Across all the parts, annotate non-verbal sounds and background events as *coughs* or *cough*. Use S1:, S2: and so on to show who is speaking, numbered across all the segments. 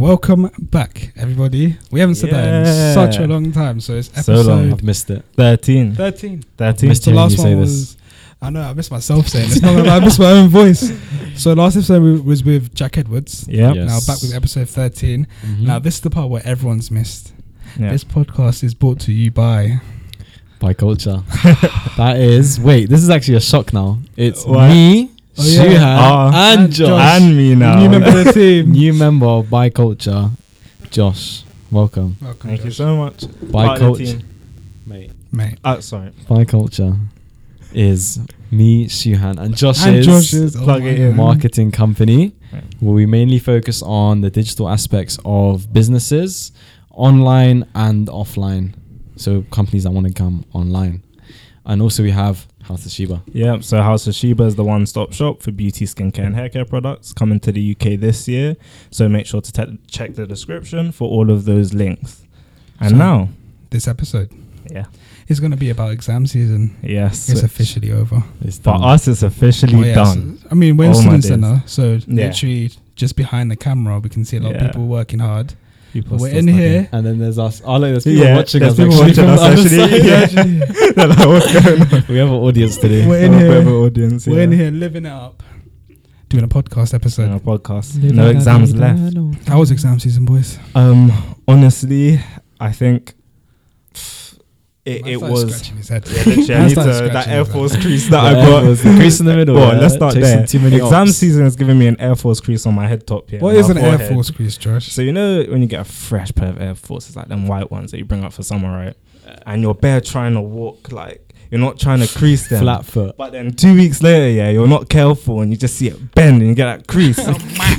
S1: Welcome back, everybody. We haven't said that in such a
S2: Yeah.
S1: long time, so it's
S2: So
S1: episode
S2: long, I've missed it. 13.
S1: 13.
S2: 13.
S1: Missed the last one was. I know, I missed myself saying this. Not gonna lie, I missed my own voice. So, last episode we- was with Jack Edwards.
S2: Yeah.
S3: Yeah.
S1: Now,
S3: Yes.
S1: back with episode 13.
S3: Mm-hmm.
S1: Now, this is the part where everyone's missed.
S2: Hmm. Yeah.
S1: This podcast is brought to you by.
S3: By *laughs* culture. that is. Wait, this is actually a shock now. It's
S2: What?
S3: me,
S1: Oh, yeah.
S2: Oh.
S3: Shuha,
S1: And
S3: Ah. and Josh.
S2: and me now.
S1: New member of the
S2: *laughs*
S1: team.
S3: New member of By Culture, Josh. Welcome.
S1: Welcome,
S2: Thank you
S1: Josh.
S2: so much.
S3: By
S2: Part of the
S3: Culture.
S2: team.
S3: Mate.
S1: Mate.
S2: Oh, sorry.
S3: By Culture is me, Shuhan, and Josh's
S1: And Josh's oh
S2: plug
S1: my
S2: it in.
S1: God.
S3: marketing company,
S2: Right.
S3: where we mainly focus on the digital aspects of businesses, online and offline. So companies that want to come online. And also we have House of Sheba.
S2: Yep. So House of Sheba is the one-stop shop for beauty, skincare, and haircare products coming to the UK this year. So make sure to te- check the description for all of those links. And
S1: So-
S2: now,
S1: This episode
S2: yeah,
S1: is going to be about exam season.
S2: yes,
S1: It's officially over.
S3: It's
S2: For
S3: done.
S2: us, it's officially
S1: Oh, yeah,
S2: done. *laughs*
S1: so- I mean, we're in
S2: Oh, my
S1: student
S2: days.
S1: center, so
S2: Yeah.
S1: literally just behind the camera, we can see a lot
S2: Yeah.
S1: of people working hard.
S2: People
S1: we're
S2: still
S1: in
S2: studying.
S1: here.
S3: And then there's us. Oh, look, there's people
S2: Yeah,
S3: watching
S2: there's
S3: us.
S2: people
S3: actually
S2: watching
S3: from *laughs*
S2: us,
S3: the other
S2: actually.
S3: side.
S2: Yeah. They're like, what's going on?
S3: *laughs* we have an audience today.
S1: We're in
S2: Our
S1: here.
S2: favorite audience.
S1: We're in
S2: yeah.
S1: here living it up, doing a podcast episode.
S2: Doing a podcast. No exams left.
S1: How was exam season, boys?
S2: Um, honestly, I think it,
S1: My
S2: it
S1: phone's
S2: was.
S1: scratching his head. *laughs*
S2: *laughs* Yeah, literally,
S1: I
S2: I
S1: started
S2: need to, that
S1: scratching
S2: Air
S1: my
S2: Force
S1: back.
S2: crease that I
S3: Yeah,
S2: got.
S3: it was the crease in the middle,
S2: Go on,
S3: yeah.
S2: let's start
S3: Chasing
S2: there.
S3: too many
S2: Exam
S3: ops.
S2: season is giving me an Air Force crease on my head top here.
S1: What
S2: on
S1: is
S2: my
S1: an Air
S2: forehead.
S1: Force crease, Josh?
S2: So you know when you get a fresh pair of Air Forces, like them white ones that you bring up for summer, right? And you're bare trying to walk like you're not trying to crease them.
S3: Flat foot.
S2: But then two weeks later, yeah, you're not careful and you just see it bend and you get that *laughs* crease.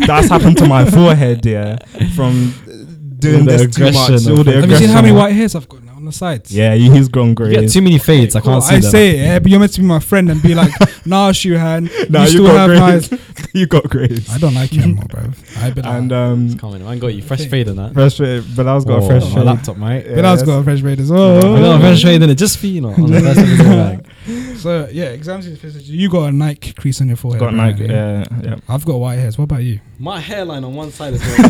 S2: That's happened to my forehead, yeah, from uh, doing
S3: All the
S2: this too much.
S3: aggression
S2: All the
S3: of-
S1: Have you seen how many
S2: aggression.
S1: white hairs I've got now on the sides?
S2: *laughs* Yeah, you- he's grown
S3: You
S2: grey.
S3: get too many fades. I
S1: Cool,
S3: can't see
S1: I
S3: them.
S1: say it, yeah, but you're meant to be my friend and be like, *laughs* nah, Shuhan,
S2: *laughs* Nah,
S1: you
S2: you
S1: still
S2: got
S1: have
S2: grades.
S1: nice.
S2: *laughs* you got grades.
S1: I don't like you anymore, bro.
S2: *laughs*
S1: I been
S2: And
S1: and,
S2: um,
S3: Come on, man, got you fresh
S1: Okay.
S3: fade in that.
S2: fresh fade. Bilal's got a
S3: Oh,
S2: fresh
S3: my
S2: fade.
S3: laptop, mate.
S2: Yeah, that's-
S1: got a fresh rate as
S3: I got a
S1: well.
S3: fresh fade in it just for you, know. on the first episode, like,
S1: so yeah, exam season. finishes. You got a Nike crease on your forehead.
S2: Got Nike.
S1: apparently.
S2: Yeah, yeah.
S1: I've got white hairs. What about you? *laughs*
S3: My hairline on one *laughs* side is going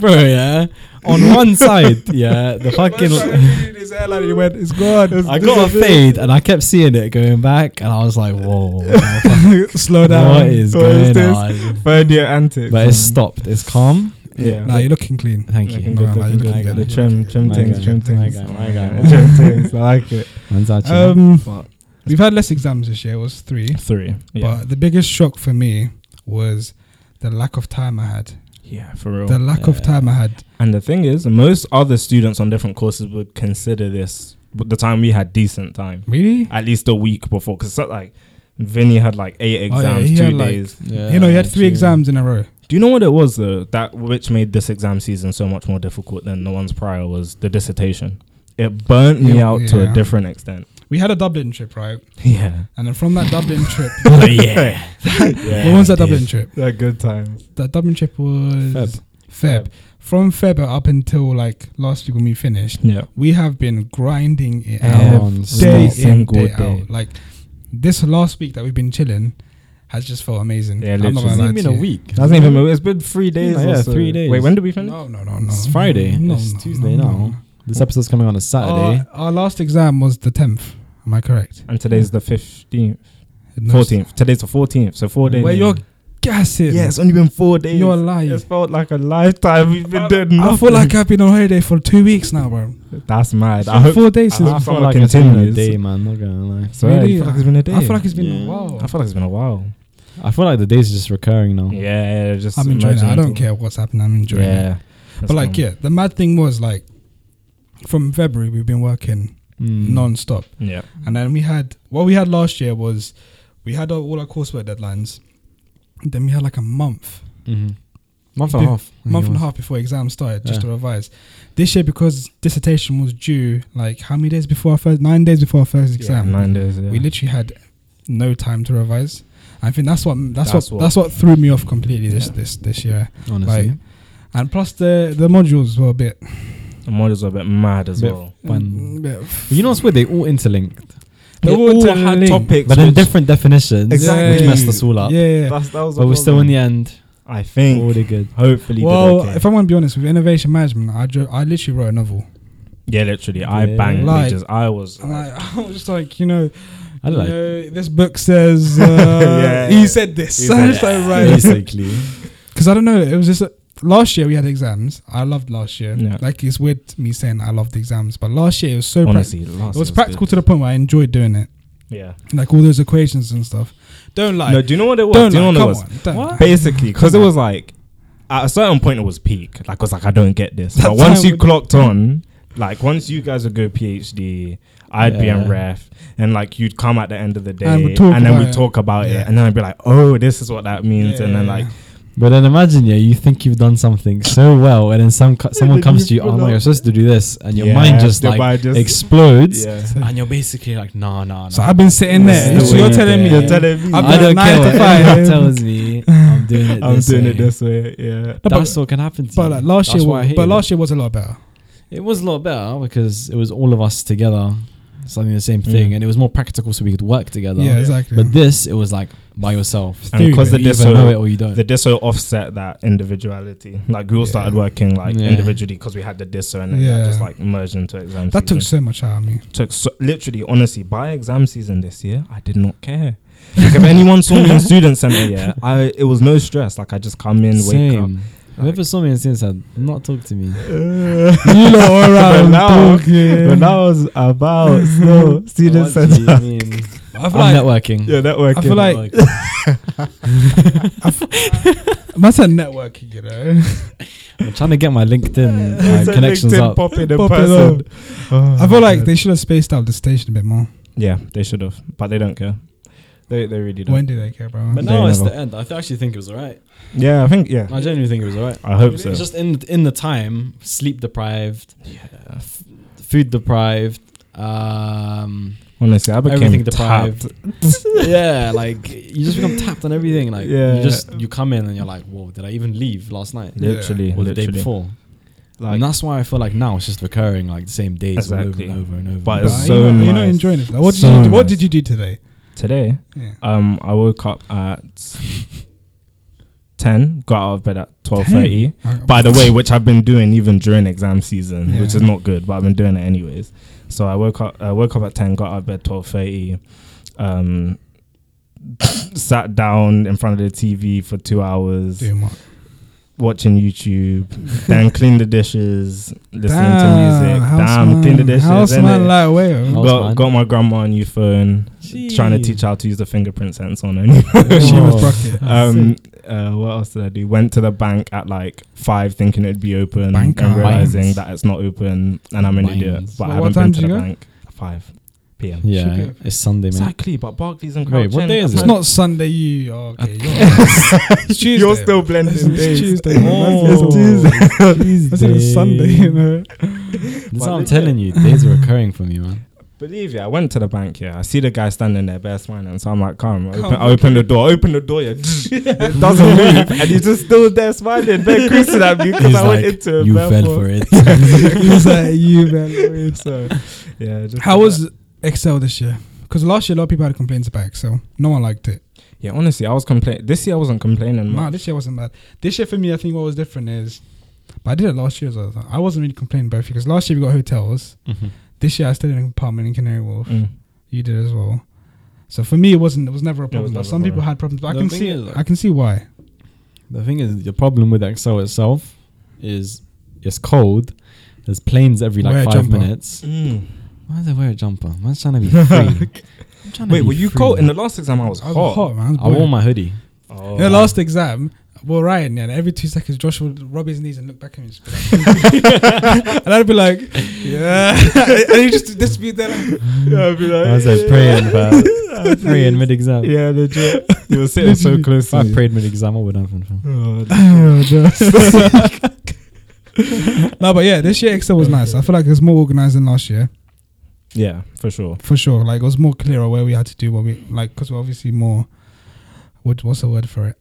S3: Bro, yeah. On one side, yeah.
S2: *laughs*
S3: The *laughs* fucking.
S1: his hairline. He went, it's gone.
S3: I got a fade and I kept seeing it going back and I was like, whoa. what
S1: Slow down.
S3: is
S2: What is
S3: going
S2: this?
S3: on?
S2: Third year antics.
S3: But it's
S2: man.
S3: stopped. It's calm.
S2: Yeah.
S1: Nah, you're looking clean.
S3: Thank
S2: Looking
S3: you.
S1: No,
S2: good,
S1: I
S2: looking
S1: like
S2: good.
S1: it.
S2: The trim, trim
S3: My
S2: things,
S3: guy,
S2: trim
S3: my
S2: things. *laughs*
S3: guy, my guy.
S2: Trim things. I like it.
S3: Man's out here.
S1: Um,
S2: But-
S1: we've had less exams this year. It was three.
S2: Three. Yeah.
S1: But the biggest shock for me was the lack of time I had.
S2: yeah, for real.
S1: The lack of
S3: Yeah.
S1: time I had.
S2: And the thing is, most other students on different courses would consider this but the time we had decent time,
S1: Really?
S2: at least a week before. Because like Vinny had like eight
S1: Oh, yeah,
S2: exams,
S1: he
S2: two
S1: had, like-
S2: days.
S1: you know, you had
S3: Yeah,
S1: three
S3: true.
S1: exams in a row.
S2: Do you know what it was though that which made this exam season so much more difficult than the ones prior was the dissertation. It burnt me
S1: Yeah,
S2: out to
S1: yeah.
S2: a different extent.
S1: We had a Dublin trip, right?
S2: *laughs*
S1: *laughs*
S2: Yeah.
S1: And then from that
S2: *laughs*
S1: Dublin trip,
S2: Oh,
S1: *laughs*
S2: yeah.
S1: what was that Dublin trip?
S2: That good times.
S1: That Dublin trip was
S3: Feb.
S1: Feb. From Feb up until like last week when we finished,
S2: Yeah.
S1: we have been grinding it
S3: Every
S1: out Um, day in,
S2: single
S1: day,
S2: day.
S1: out. Like this last week that we've been chilling has just felt amazing.
S2: Yeah,
S1: I'm not
S2: literally.
S1: gonna
S3: It's
S1: lie
S3: only been
S1: to
S3: a
S1: you.
S3: week.
S2: That's not even. It's been Oh, three days.
S3: Yeah,
S2: or
S3: yeah,
S2: so.
S3: three days.
S2: Wait, when did we finish?
S1: No, no, no, no.
S3: It's Friday. It's Tuesday now. This episode's coming on a Saturday.
S1: Our, our last exam was the 10th. Am I correct?
S2: And today's the fifteenth,
S1: No, it's-
S2: fourteenth. Today's the fourteenth. So four days.
S1: Where you're gassing.
S2: Yeah, it's only been four days.
S1: You're lying.
S2: It's felt like a lifetime. We've been doing
S1: I
S2: nothing.
S1: feel like I've been on holiday for two weeks now, bro.
S2: that's mad.
S1: It's
S2: I
S1: been
S2: hope.
S1: four days
S2: I
S1: since
S2: hope
S1: we-
S2: so.
S3: felt
S2: Someone
S3: like it's been a
S2: continues.
S3: day, man. Not gonna lie.
S2: So, yeah,
S1: Really?
S2: I feel like it's been a day.
S1: I feel like it's been a
S3: Yeah.
S1: while.
S2: I feel like it's been a while.
S3: I feel like the days are just recurring now.
S2: Yeah, yeah just.
S1: I'm enjoying it. I
S2: emergency.
S1: don't care what's happening. I'm enjoying it.
S2: Yeah,
S1: But like, yeah, the mad thing was like, from February we've been working
S3: Mm.
S1: non-stop,
S2: yeah,
S1: and then we had what we had last year was we had all our coursework deadlines. Then we had like a month,
S3: Mhm. Month and a
S1: Dude,
S3: half. I think
S1: month
S3: it
S1: and a
S3: was.
S1: half before exams started, just
S3: Yeah.
S1: to revise. This year, because dissertation was due, like how many days before our first? Nine days before our first exam.
S2: nine days. Yeah.
S1: We literally had no time to revise. I think that's what that's,
S2: That's
S1: what,
S2: what-
S1: that's what threw me off completely this
S2: Yeah.
S1: this this year.
S3: Honestly.
S1: Like, And plus the the modules were a bit.
S2: the models are a bit mad as
S3: Bit-
S2: well.
S3: Fun.
S1: a bit-
S3: you know what's weird? They all interlinked,
S1: mm, They
S2: They
S1: all
S2: all
S1: interlinked.
S2: had topics,
S3: but in
S2: which-
S3: different definitions.
S2: Exactly.
S3: Which messed us all up.
S1: Yeah, yeah.
S2: That's, that was.
S3: But
S2: the
S3: we're still in
S2: problem.
S3: the end.
S2: I think.
S3: Really good.
S2: Hopefully, did
S1: well,
S2: okay.
S1: if I'm gonna be honest with innovation management, I dro- I literally wrote a novel.
S2: yeah, literally, I
S3: Yeah.
S2: banged
S1: Like-
S2: pages. I was.
S1: And like, *laughs* I was just like, you know,
S3: I
S1: you
S3: like
S1: know, this book says uh, *laughs*
S2: *laughs* Yeah.
S1: he said this.
S2: He
S1: I
S2: said
S1: just
S2: *laughs*
S1: like, right,
S3: basically.
S1: because I don't know. It was just uh, last year we had exams. I loved last year.
S2: Yeah.
S1: Like it's weird me saying I loved exams, but last year it was so practical.
S2: honestly, last
S1: It was
S2: year
S1: practical
S2: good.
S1: to the point where I enjoyed doing it,
S2: Yeah.
S1: like all those equations and stuff. Don't lie.
S2: no, do you know what it was?
S1: don't
S2: do you
S1: lie.
S2: know what it
S1: Come
S2: was?
S1: on. Don't lie.
S2: Basically, because it was like at a certain point it was peak. Like I was like, I don't get this.
S1: That
S2: But once
S1: time
S2: you
S1: would-
S2: clocked on, like once you guys would go PhD, I'd be
S3: Yeah.
S2: in ref, and like you'd come at the end of the day,
S1: And we'd
S2: and,
S1: talk
S2: then
S1: about it.
S2: we would talk about
S1: Yeah.
S2: it, and then I'd be like, oh, this is what that means, and then like,
S3: But then imagine, yeah, you think you've done something so well, and then some
S1: *laughs*
S3: co- someone comes to you, oh no, you're supposed to do this, and your
S2: Yeah,
S3: mind just
S2: your
S3: like
S2: mind just-
S3: explodes,
S2: yeah.
S3: and you're basically like, nah, nah, nah.
S1: So I've been sitting
S3: This
S1: there.
S3: is
S1: So
S3: the
S1: you're
S3: way
S1: telling
S3: it
S1: me.
S3: is.
S2: You're telling me.
S1: I've
S3: I
S1: been
S3: don't
S1: nine
S3: care
S1: to
S3: what
S1: five.
S3: anyone tells me.
S1: *laughs*
S3: I'm doing it.
S2: I'm
S3: this
S2: doing it
S3: way.
S2: this way. Yeah.
S1: No,
S3: That's
S1: but,
S3: what can happen. To
S1: but
S3: you.
S1: like last
S3: That's
S1: year,
S3: why I hated
S1: but
S3: it.
S1: last year was a lot better.
S3: It was a lot better because it was all of us together, something the same thing,
S2: Mm.
S3: and it was more practical, so we could work together.
S1: Yeah, exactly.
S3: But this, it was like by yourself.
S2: And because the
S3: you either
S2: disso,
S3: know it or you don't.
S2: the disso offset that individuality. Like we all
S1: Yeah.
S2: started working like
S3: Yeah.
S2: individually because we had the disso and then that
S1: Yeah.
S2: just like merged into exam.
S1: that took
S2: season.
S1: so much out of
S2: *laughs*
S1: me.
S2: took so, literally, honestly, by exam season this year, I did not *laughs* care. Like if anyone saw me in student center, *laughs* yeah, I it was no stress. Like I just come in, wake up.
S3: Same. Whoever saw me in Sin said, not talk to me.
S1: You lot all
S2: but
S1: around
S2: now,
S1: talking.
S2: but now I was *laughs* about no student
S3: What do you
S2: center. *laughs*
S3: mean?
S1: I feel
S3: I'm
S1: like
S3: networking.
S2: Yeah, *laughs* networking.
S1: I feel like- that's a networking, you
S2: *laughs*
S1: know.
S3: I'm trying to get my LinkedIn
S2: It's
S3: uh,
S2: a
S3: connections
S2: LinkedIn
S3: up.
S2: popping in
S1: Popping
S2: person. Oh,
S1: I feel like they should have spaced out the station a bit more.
S2: Yeah, they should have, but they don't care. They they really don't.
S1: When do they care, bro?
S3: But
S2: They
S3: now it's
S2: never-
S3: the end. I th- actually think it was alright.
S2: yeah, I think yeah.
S3: I genuinely think it was alright.
S2: I hope so.
S3: Just in in the time, sleep deprived,
S2: Yeah.
S3: food deprived, um,
S2: Honestly, I became
S3: everything
S2: tapped.
S3: deprived. *laughs* yeah, like you just become tapped on everything. Like
S2: Yeah.
S3: you just you come in and you're like, whoa, did I even leave last night
S1: Yeah.
S2: Literally,
S3: or the
S2: literally.
S3: day before?
S2: Like,
S3: and that's why I feel like now it's just recurring, like the same days
S2: Exactly.
S3: all over and over and over.
S2: But
S1: But
S2: it's
S1: you
S2: so
S1: know, you're not
S2: nice.
S1: enjoying it. Like, what did
S2: So
S1: you do, What
S2: nice.
S1: did you do today?
S2: today,
S1: Yeah.
S2: um, I woke up at ten, got out of bed at twelve thirty. By the way, which I've been doing even during exam season,
S1: Yeah.
S2: which is not good, but I've been doing it anyways. So I woke up, I woke up at ten, got out of bed twelve thirty, um, *coughs* sat down in front of the TV for two hours.
S1: doing what?
S2: watching YouTube, then clean the dishes, listening to music. Damn,
S1: houseman-
S2: clean the dishes.
S1: Houseman,
S2: innit?
S1: like, wait,
S3: House
S2: Got,
S3: man.
S2: got my grandma a new phone, trying to teach her how to use the fingerprint sensor on her.
S1: she was
S3: Oh.
S1: broke it.
S2: um, uh, what else did I do? Went to the bank at like five, thinking it'd be open,
S1: Bank hours.
S2: and realizing that it's not open, and I'm an idiot.
S3: Binds.
S2: But I
S1: Well, what
S2: haven't
S1: time
S2: been to
S1: did
S2: the
S1: you go?
S2: bank. Five p.m.
S1: Should
S3: Yeah,
S1: be-
S3: it's Sunday, man.
S2: Exactly, but Barclays and
S3: Wait,
S2: Crouch.
S3: what
S2: End,
S3: day is
S2: I've
S1: It's
S2: had-
S3: it?
S1: not Sunday. You oh, okay? You're,
S2: *laughs*
S1: it's Tuesday.
S2: You're still
S1: bro.
S2: blending
S1: It's
S2: days.
S1: Tuesday.
S3: Oh.
S1: It's Tuesday. I said it's
S3: Tuesday.
S1: Sunday. You know.
S3: That's what I'm telling you. Days are recurring for me, man.
S2: Believe you, I went to the bank, yeah. I see the guy standing there, bare smiling. So I'm like, come, open,
S1: Come,
S2: I open the door, open the door, yeah. it doesn't move. And he's just still there smiling, bare creasing at me *laughs* because
S3: He's
S2: I went
S3: like,
S2: into it.
S3: you
S2: bare
S3: fell
S2: foot."
S3: for
S2: *laughs*
S3: it.
S1: *laughs* He was like, you man.
S2: So, yeah. Just
S1: How
S2: like
S1: was
S2: that.
S1: Excel this year? Because last year a lot of people had complaints about Excel. No one liked it.
S2: Yeah, honestly, I was complaining. This year I wasn't complaining
S1: Nah,
S2: much.
S1: this year wasn't bad. This year for me, I think what was different is, but I did it last year as well. I wasn't really complaining about it because last year we got hotels. This year I stayed in an apartment in Canary Wharf.
S2: Mm.
S1: You did as well. So for me, it wasn't. It was never a
S2: Yeah, it
S1: problem. but
S2: was never a
S1: some people
S2: problem.
S1: had problems. But I
S3: The
S1: can
S3: thing
S1: see.
S3: is, like-
S1: I can see why.
S3: The thing is, the problem with Excel itself is it's cold. There's planes every like
S1: Wear a
S3: five
S1: jumper.
S3: minutes.
S2: Mm.
S3: Why did I wear a jumper? Man's trying
S2: *laughs*
S3: to be free. I'm trying to
S2: Wait,
S3: be
S2: were you
S3: free,
S2: cold? In
S3: man.
S2: the last exam, I was
S1: Mm. I was
S2: hot.
S1: hot, man. I was
S3: I wore
S1: boiling.
S3: my hoodie.
S2: Oh.
S1: In the
S2: *laughs*
S1: last *laughs* exam, well, Ryan, yeah, every two seconds, Josh would rub his knees and look back at me. and just be like- and I'd be like,
S2: *laughs*
S1: yeah. and he just this be there. *laughs* Like,
S2: Yeah, I'd be like,
S3: I was like praying, but
S1: *laughs*
S3: praying mid exam.
S2: Yeah, legit. You were sitting
S3: *laughs*
S2: so close
S3: If
S2: to
S3: I
S2: me. *laughs*
S3: prayed mid exam, I would have been fun.
S2: Oh,
S1: no, but yeah, this year Excel was nice. I feel like it was more organized than last year
S2: yeah, for sure.
S1: for sure. Like it was more clearer where we had to do what we like because we're obviously more. What, what's the word for it?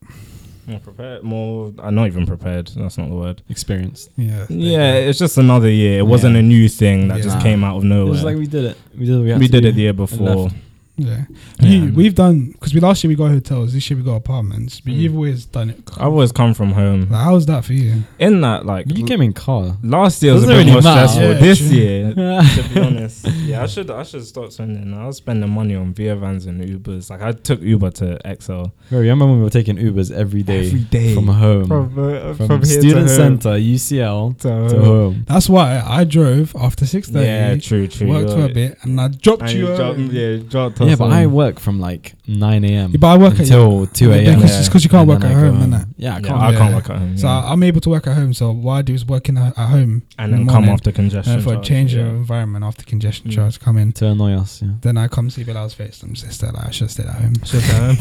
S2: More prepared, more. I'm not even prepared. That's not the word.
S3: Experienced.
S1: Yeah.
S2: Yeah, it's just another year. It wasn't
S3: Yeah.
S2: a new thing that
S1: Yeah.
S2: just came out of
S3: It
S2: nowhere.
S3: was like we did it. We did. What we had
S2: we
S3: to
S2: did
S3: do.
S2: it the year before.
S3: left.
S1: Yeah,
S2: Yeah, I
S1: you,
S2: know.
S1: we've done because we last year we got hotels, this year we got apartments. But
S2: Mm.
S1: you've always done it.
S2: I've always come from home.
S1: Like, how's that for you?
S2: In that, like
S3: You came in *laughs* car.
S2: last year was a bit
S3: Doesn't really
S2: more
S3: matter.
S2: stressful.
S1: Yeah,
S2: this
S1: true. *laughs*
S2: year,
S3: yeah,
S2: to be honest, yeah, I should I should stop spending. I was spending money on Via vans and Ubers. Like I took Uber to XL
S3: Bro, you remember when we were taking Ubers every day,
S2: day
S3: from home, from,
S2: uh,
S3: student center, UCL
S2: to home.
S3: to
S1: Oh.
S3: home.
S1: That's why I drove after six thirty.
S2: Yeah, true, true.
S1: worked
S2: you're
S1: for a
S2: right.
S1: bit and I dropped
S2: And
S1: you.
S2: you dropped,
S1: home.
S2: yeah, you dropped
S3: Yeah,
S2: us
S3: but
S2: home.
S3: I work from like 9 a.m.
S1: Yeah, but I work at
S3: until 2
S1: yeah,
S3: a.m.
S1: because it's 'cause you can't
S3: And
S1: work
S3: then
S1: at
S3: I go
S1: home,
S3: home.
S1: innit?
S3: Yeah,
S2: Yeah,
S3: I can't.
S2: I can't
S1: yeah.
S2: work at home.
S1: So
S2: yeah.
S1: I- I'm able to work at home. So what I do is working at, at home in
S2: and then
S1: the
S2: come
S1: morning,
S2: after congestion.
S1: and if I
S2: charge,
S1: change
S2: yeah.
S1: the environment after congestion
S2: Mm.
S1: charge come in,
S3: To annoy us, yeah.
S1: then I come see Bilal's face. I'm just there, like I should stay at home.
S2: Shut down.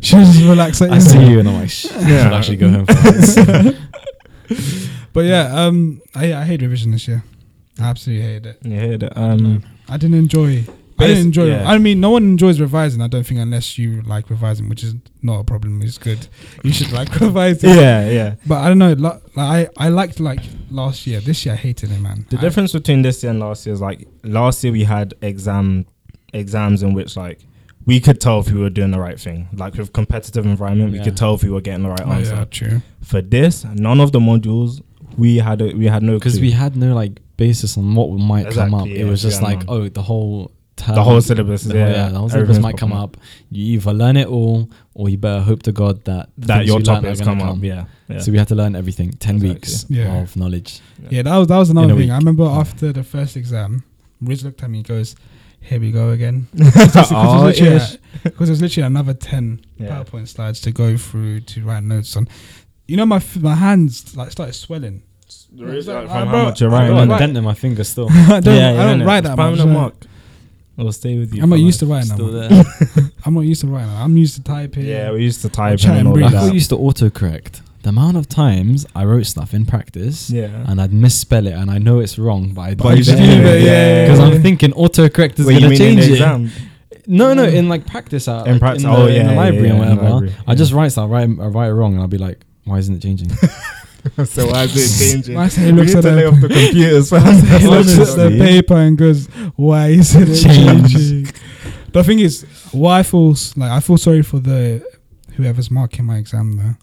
S1: *laughs* should just relax. Like,
S3: I see you and I'm like, Shh, I should actually go home.
S1: *laughs*
S3: For this.
S1: But yeah, um, I I hate revision this year. I absolutely hated it.
S2: You hear that? Um,
S1: I didn't enjoy. I
S2: Basi-
S1: didn't enjoy.
S2: yeah.
S1: I mean, no one enjoys revising. I don't think unless you like revising, which is not a problem. It's good. You should like *laughs* revising.
S2: *laughs* yeah, yeah.
S1: But I don't know. Like, I I liked like last year. This year I hated it, man.
S2: The
S1: I-
S2: difference between this year and last year is like last year we had exam exams in which like we could tell if we were doing the right thing. Like with competitive environment, we
S3: Yeah.
S2: could tell if we were getting the right
S1: Oh,
S2: answer.
S1: yeah, true.
S2: For this, none of the modules we had a, we had no
S3: because
S2: clue.
S3: we had no like basis on what might come
S2: Exactly,
S3: up.
S2: yeah,
S3: it was just
S2: yeah, I
S3: like,
S2: know.
S3: oh, the whole term,
S2: the whole syllabus.
S3: the
S2: yeah,
S3: whole- the whole syllabus
S2: everything's
S3: might come
S2: popping
S3: up. You either learn it all, or you better hope to God that the
S2: That
S3: things
S2: your
S3: you learn are
S2: topics
S3: gonna
S2: come up. Yeah, yeah.
S3: So we had to learn everything. Ten
S2: Exactly.
S3: weeks
S1: Yeah.
S3: of knowledge.
S1: Yeah, that was that was
S3: a
S1: another thing.
S3: week.
S1: I remember after the first exam, Riz looked at me and goes, "Here we go again."
S2: *laughs* Oh,
S1: Because
S2: ish.
S1: it was literally another ten
S2: Yeah.
S1: PowerPoint slides to go through to write notes on. You know, my f- my hands like started swelling. *laughs*
S2: There is,
S1: Like,
S2: like,
S1: uh,
S2: from
S1: bro,
S2: how much you're
S1: I
S3: I
S1: Right, got
S2: writing.
S3: got
S1: a
S2: and
S1: right.
S3: dent in my
S1: *laughs*
S3: finger still.
S1: I don't I don't
S2: innit?
S1: write that
S2: It's
S1: much.
S2: permanent
S1: yeah.
S2: mark. It'll stay with you.
S1: I'm not
S2: for
S1: used
S2: life.
S1: to writing.
S3: still
S1: I'm,
S3: there.
S1: I'm not used to writing. I'm used to typing.
S2: Yeah,
S1: *laughs*
S2: we used to type
S1: Chat
S2: and
S1: and
S2: all
S1: breathe.
S3: I
S2: that.
S3: thought you used to autocorrect. The amount of times I wrote stuff in practice
S2: Yeah.
S3: and I'd misspell it, and I know it's wrong, but I
S1: But you
S3: do
S1: just
S2: Yeah,
S1: do
S3: it
S1: it,
S2: yeah, yeah,
S1: yeah.
S3: because I'm thinking autocorrect is
S2: What, you
S3: gonna
S2: mean in
S3: change
S2: the
S3: it.
S2: exam?
S3: No, no, in like practice, uh,
S2: In practice,
S3: in the,
S2: oh,
S3: in
S2: yeah,
S3: the
S2: yeah,
S3: library
S2: yeah,
S3: and
S2: in the
S3: whatever.
S2: library,
S3: I
S2: yeah.
S3: just write stuff, I write, I write it wrong, and I'll be like, why isn't it changing?
S2: *laughs* so why is it changing?
S1: Why is it- it looks like a-
S2: the
S1: *laughs*
S2: computers
S1: he looks at the
S2: Honestly.
S1: paper and goes, "Why is it
S3: Change.
S1: changing?" the thing is, why I feel s- like I feel sorry for the whoever's marking my exam though,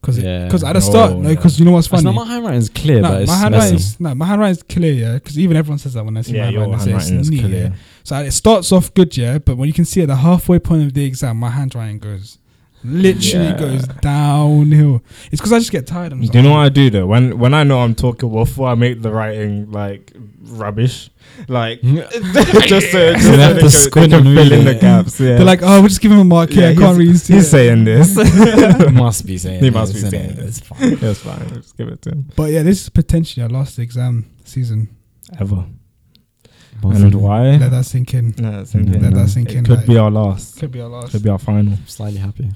S1: because
S3: Yeah.
S1: because at the start,
S2: Oh,
S1: no,
S2: yeah.
S1: because you know what's
S3: It's
S1: funny.
S3: not my handwriting is clear,
S1: Nah,
S3: but it's
S1: my
S3: messy.
S1: handwriting is no, my handwriting is clear, yeah. Because even everyone says that when I see
S2: Yeah,
S1: my
S2: your
S1: handwriting, they say
S2: handwriting
S1: it's
S2: is
S1: neat. yeah.
S2: clear.
S1: So it starts off good, yeah, but when you can see at the halfway point of the exam, my handwriting goes literally
S2: Yeah.
S1: goes downhill. It's because I just get tired. I'm
S2: Do you know what I do though? When when I know I'm talking waffle, I make the writing like rubbish,
S1: *laughs*
S2: like *laughs* just so, just so
S3: You
S2: they
S3: have to
S2: can-
S3: squint
S2: they can
S3: and
S2: fill
S3: read
S2: in the
S3: it.
S2: gaps. Yeah,
S1: They're like, oh, we'll just give him a mark. Yeah, I
S2: he's-
S1: can't really see.
S2: He's
S1: it." *laughs*
S2: saying this.
S3: *laughs* must be saying.
S2: He
S3: it,
S2: must be
S3: isn't
S2: saying
S3: it?
S2: it.
S3: It's fine.
S2: That's fine. Just give it to him.
S1: But yeah, this is potentially our last exam season.
S2: Ever and
S3: I'm
S1: Let
S2: why?
S1: that sink in.
S2: No, it's thinking,
S1: Let
S2: no.
S1: that sink in,
S2: It could
S1: like-
S2: be our last.
S1: Could be our last.
S2: Could be our final.
S3: slightly happy.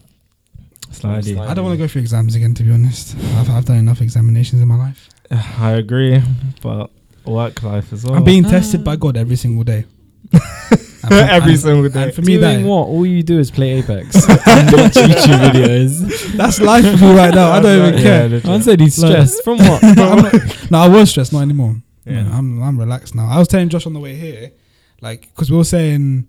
S2: Slightly.
S1: I don't want to go through exams again, to be honest. I've, I've done enough examinations in my life.
S2: *sighs* I agree, but work life as well.
S1: I'm being tested by God every single
S2: *laughs*
S1: day. And-
S2: every
S1: and-
S2: single day.
S1: and for me, that,
S3: what? All you do is
S1: *laughs*
S3: play
S2: *laughs*
S3: Apex and watch YouTube videos.
S1: that's life for me right now. I don't even
S2: Yeah,
S1: care.
S2: literally.
S3: I said he's stressed
S1: *laughs*
S3: from *laughs* what?
S1: I'm not- no, I was stressed, not anymore.
S2: Yeah.
S1: Man, I'm I'm relaxed now. I was telling Josh on the way here, like, because we were saying,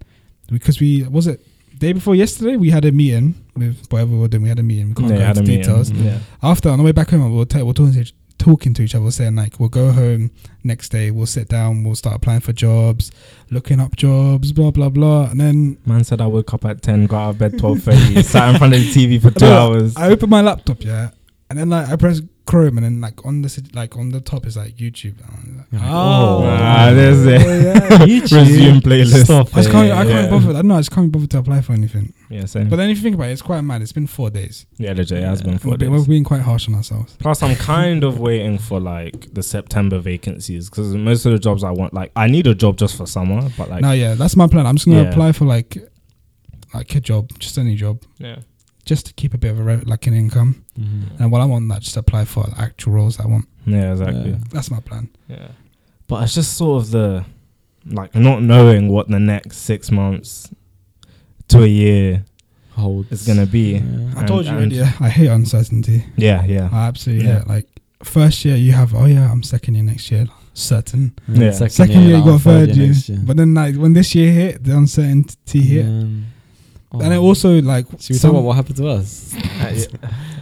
S1: because we was it day before yesterday we had a meeting with whatever we were doing. We had a meeting. We can't
S2: Yeah,
S1: go
S2: had
S1: into
S2: a meeting.
S1: details.
S2: Yeah.
S1: After on the way back home, we were, ta- we were talking to each, talking to each other, saying like, we'll go home next day. We'll sit down. We'll start applying for jobs, looking up jobs, blah blah blah. And then
S2: Man said I woke up at ten, got out of bed twelve
S1: *laughs*
S2: thirty, sat in front of the TV for two
S1: No,
S2: hours.
S1: I open my laptop, yeah, and then like I press Chrome, and then like on the si- like on the top is like YouTube. And I'm like,
S3: You're like,
S1: oh,
S3: oh.
S2: Ah, there's it. *laughs*
S1: yeah.
S2: Resume playlist.
S1: I just can't. I can't
S2: Yeah. Mm.
S1: be bother. I know. I just can't be bothered to apply for anything.
S2: Yeah, same.
S1: But then if you think about it, it's quite mad. It's been four days.
S2: yeah, legit. It has been four
S1: We've been- We've
S2: days.
S1: been quite harsh on ourselves.
S2: Plus, I'm kind of waiting for like the September vacancies because most of the jobs I want, like, I need a job just for summer. But like,
S1: now, yeah, that's my plan. I'm just gonna
S2: Yeah.
S1: apply for like, like a job, just any job,
S2: yeah,
S1: just to keep a bit of a re- like an income.
S3: Mm-hmm.
S1: And while I'm on that, just apply for actual roles I want.
S2: yeah, exactly.
S3: Yeah.
S1: That's my plan.
S2: Yeah. But it's just sort of the like not knowing what the next six months to a year
S3: Hold.
S2: is gonna be.
S3: Yeah.
S1: I
S2: And-
S1: told you
S2: and-
S1: already. Yeah, I hate uncertainty.
S2: Yeah, yeah. *laughs*
S1: I absolutely
S2: Yeah.
S1: hate it. like first year you have oh yeah I'm second year next year certain.
S3: And
S2: Yeah.
S3: Second,
S1: Second year, you
S3: now,
S1: got third year,
S3: next year.
S1: but then like when this year hit, the uncertainty hit,
S3: Um, oh.
S1: and it also like
S3: Should we
S1: some-
S3: talk about what happened to us?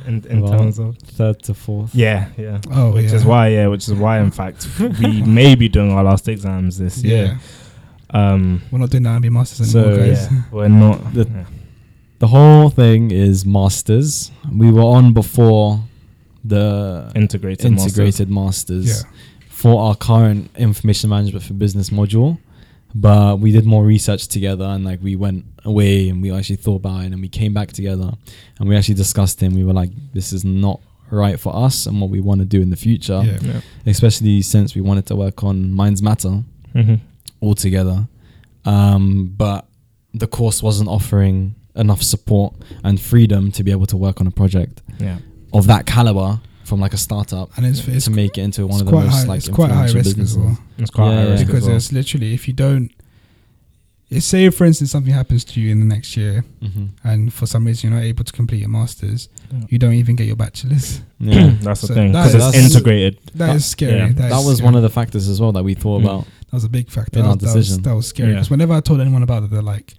S2: in, in
S3: Wow.
S2: terms of
S3: Third to fourth.
S2: yeah, yeah.
S1: Oh,
S2: which
S1: yeah.
S2: is why yeah, which is why in fact
S1: *laughs*
S2: we may be doing our last exams this year. Um,
S1: we're not doing the IB masters anymore,
S2: so
S1: guys.
S2: yeah, we're not.
S3: The-
S2: yeah.
S3: The whole thing is masters. We were on before the
S2: integrated
S3: integrated
S1: *laughs*
S3: masters
S1: Yeah,
S3: for our current information management for business module. But we did more research together and like we went away and we actually thought about it and we came back together and we actually discussed it and we were like, this is not right for us and what we want to do in the future,
S1: yeah,
S2: masters.
S3: especially since we wanted to work on Minds Matter
S2: Yeah. hmm
S3: altogether. Um, but the course wasn't offering enough support and freedom to be able to work on a project
S2: yeah,
S3: of that caliber from like a startup
S1: and it's it's,
S3: to make it into one
S1: it's
S3: of the
S1: quite
S3: most
S1: high,
S3: like
S1: it's quite high
S3: influential
S1: risk as well.
S3: businesses.
S2: it's quite
S3: Yeah,
S2: high
S3: yeah.
S2: risk
S1: because
S2: as *clears throat* well.
S1: it's literally if you don't it's say for instance something happens to you in the next year *clears throat*
S3: Mhm.
S1: and for some reason you're not able to complete your masters
S2: Yeah.
S1: you don't even get your bachelor's
S3: Yeah.
S2: that's the
S1: So
S2: thing
S1: that
S2: because it's
S3: is-
S2: integrated.
S1: that is scary
S2: yeah.
S3: that was one of the factors as well that we thought
S2: Mm.
S3: about.
S1: that was a big factor
S3: in
S1: that,
S3: our
S1: that was,
S3: decision.
S1: that was scary
S2: Yeah.
S1: because whenever I told anyone about it they're like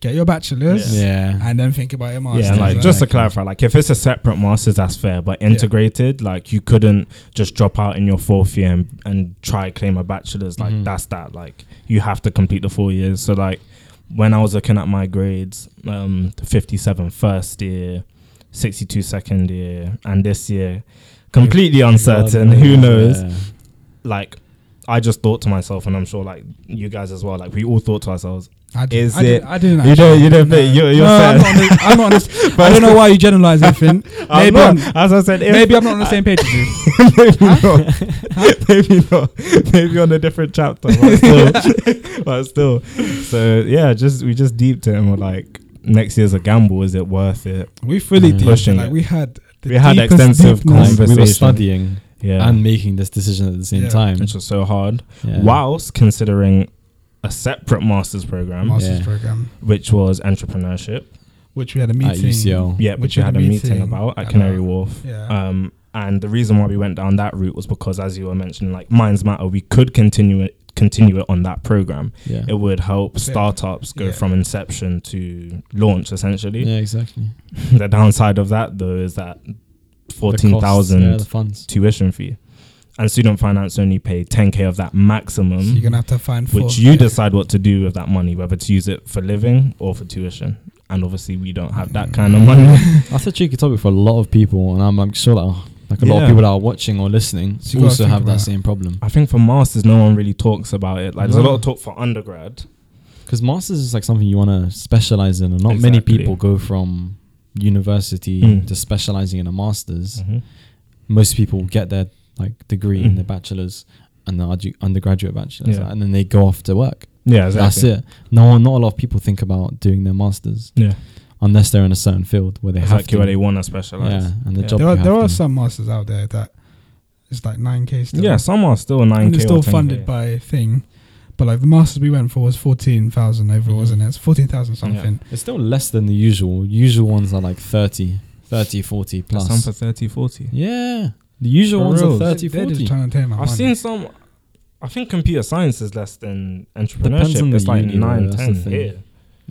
S1: get your bachelor's
S3: Yeah.
S1: and then think about your masters
S2: yeah, and, like
S3: Yeah.
S2: just to clarify, like if it's a separate masters, that's fair. But integrated, like you couldn't just drop out in your fourth year and, and try claim a bachelor's. Like
S3: Mhm.
S2: that's that. Like you have to complete the four years. So like when I was looking at my grades, um, 57 first year, 62 second year, and this year, completely uncertain. Who knows?
S3: Yeah.
S2: Like I just thought to myself, and I'm sure like you guys as well. Like we all thought to ourselves,
S1: I, did,
S2: Is
S1: I, did,
S2: it-
S1: I didn't
S2: you don't,
S1: actually.
S2: you don't,
S1: No.
S2: you're, you're
S1: no, I'm
S2: sad.
S1: not on this, I'm not on
S2: *laughs*
S1: this. I don't know why you generalize everything
S2: I'm
S1: maybe I'm,
S2: not. as I said, if-
S1: maybe I'm not on the same
S2: *laughs*
S1: page as you
S2: maybe not. *laughs* maybe not. Maybe on a different
S1: *laughs*
S2: chapter, but still. *laughs* but still. So yeah, just we just deeped it and we're like, next year's a gamble. Is it worth it?
S1: we fully
S3: Mm.
S1: deep
S2: Pushing
S1: like
S2: it.
S1: we had the
S2: We had
S1: deepest
S2: extensive
S1: deepness.
S2: conver-
S3: We were
S2: Conversation.
S3: studying
S2: Yeah,
S3: and making this decision at the same
S1: Yeah.
S3: time.
S2: which was so hard.
S3: Yeah.
S2: Whilst considering a separate master's program,
S1: master's
S3: Yeah.
S1: program
S2: which was entrepreneurship.
S1: which we had a
S3: At
S1: meeting
S3: UCL.
S2: Yeah, which
S1: Which
S2: we
S1: had
S2: had
S1: a
S2: a meeting,
S1: meeting
S2: about at
S1: about-
S2: Canary Wharf.
S1: Yeah.
S2: Um, and the reason why we went down that route was because, as you were mentioning, like Minds Matter, we could continue it, continue it on that program.
S3: Yeah.
S2: it would help
S1: Yeah.
S2: startups go
S1: Yeah.
S2: from inception to launch essentially
S3: yeah, exactly.
S2: *laughs* the downside of that though is that
S3: The costs,
S2: 14000
S3: Yeah, the funds.
S2: tuition fee and student finance only pay 10k of that
S1: So
S2: maximum
S1: you're gonna have to find four.
S2: which you
S1: Yeah.
S2: decide what to do with that money whether to use it for living or for tuition and obviously we don't have that kind of money
S3: That's a tricky topic for a lot of people, and I'm, I'm sure that like a lot
S2: Yeah.
S3: of people that are watching or listening
S1: So you gotta
S3: also
S1: think
S3: have that
S1: about-
S3: same problem.
S2: i think for masters no one really talks about it like there's a lot of talk for undergrad
S3: Because masters is like something you want to specialize in, and not many
S2: Exactly.
S3: people go from university
S2: Mm.
S3: to specializing in a masters.
S1: Mm-hmm.
S3: Most people get their like degree
S2: Mm.
S3: and their bachelor's and their ardu- undergraduate bachelor's,
S2: Yeah.
S3: and then they go off to work.
S2: yeah exactly.
S3: That's it. No, not a lot of people think about doing their masters
S2: yeah
S3: unless they're in a certain field where they
S2: that's
S3: have
S2: like
S3: to.
S2: where they want to specialize
S3: yeah, and the
S2: Yeah.
S3: job
S1: there are
S3: you have
S1: there
S3: to.
S1: are some masters out there that it's like nine k still.
S2: Yeah, some are still nine
S1: and
S2: k.
S1: it's still funded by thing. But like the masters we went for was fourteen thousand
S2: Mm-hmm.
S1: overall, wasn't it? It's fourteen thousand something.
S3: It's still less than the usual. Usual ones are like 30, 30, 40 plus.
S2: Some for 30, 40.
S3: yeah. The usual
S2: For
S3: ones
S2: reals.
S3: are 30,
S1: They're
S3: 40.
S1: just trying to take my
S2: I've
S1: money.
S2: seen some. I think computer science is less than
S3: Depends on
S2: entrepreneurship.
S3: the
S2: It's like
S3: uni, though,
S2: nine,
S3: that's the
S2: ten.
S3: thing.
S2: here.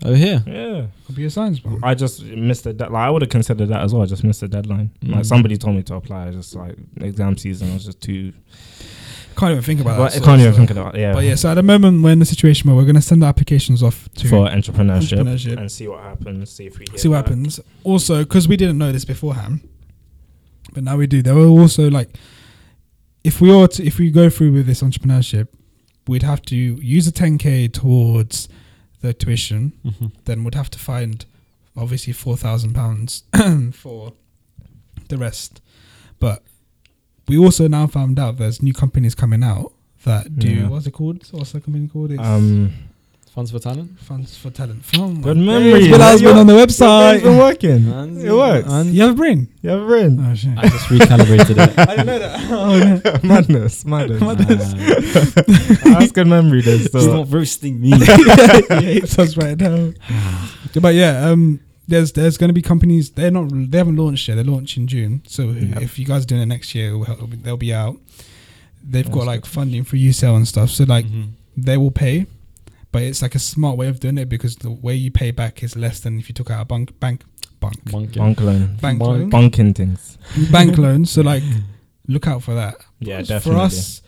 S3: Over Oh, here.
S2: Yeah,
S1: computer science one.
S2: I just missed the. De- like, I would have considered that as well. I just missed the deadline. Like
S3: Mm.
S2: somebody told me to apply. I just like exam season. I was just too.
S1: Can't even think about
S2: Well, I
S1: that.
S2: can't
S1: so-
S2: even
S1: so-
S2: think about. Yeah,
S1: But yeah, so at the moment we're in the situation where we're gonna send the applications off to
S2: for entrepreneurship,
S1: entrepreneurship.
S2: and see what happens. See if we hear
S1: see what
S2: back.
S1: happens. Also, because we didn't know this beforehand, but now we do. There were also like, if we ought to, if we go through with this entrepreneurship, we'd have to use a 10k towards the tuition.
S3: Mhm.
S1: Then we'd have to find obviously four thousand pounds *coughs* for the rest. But we also now found out there's new companies coming out that do
S2: Yeah.
S1: what's it called? What's that company called? It's
S2: Um,
S3: Funds for talent.
S1: funds for talent. Oh my
S2: good
S1: days,
S2: memory.
S1: Bilal has been on the
S2: has been
S1: website.
S2: working.
S3: And-
S2: it works.
S1: You have a brain.
S2: you have a brain.
S1: Oh
S2: *laughs*
S1: shit. *laughs*
S3: I just recalibrated *laughs* it.
S1: I didn't know that. Oh, yeah.
S2: madness, madness.
S3: Uh, *laughs*
S1: *laughs*
S2: That's good memory though.
S3: He's
S2: So
S3: Uh, not roasting me.
S1: he hates us right now.
S2: *sighs*
S1: but yeah, um, there's there's going to be companies. They're not. They haven't launched yet. They launch in June. So
S2: Yeah.
S1: if you guys are doing it next year, we'll help- they'll be out. they've
S3: That's
S1: got like funding for UCL and stuff. So *laughs* like
S3: Mhm.
S1: they will pay, but it's like a smart way of doing it because the way you pay back is less than if you took out a bank bank bank
S3: Bunk, yeah.
S2: Bunk loan.
S1: bank
S3: Bank-
S1: loan
S2: Bunking things.
S1: bank loan. So
S2: *laughs*
S1: like look out for that.
S2: Yeah,
S1: Whereas
S2: definitely.
S1: For us,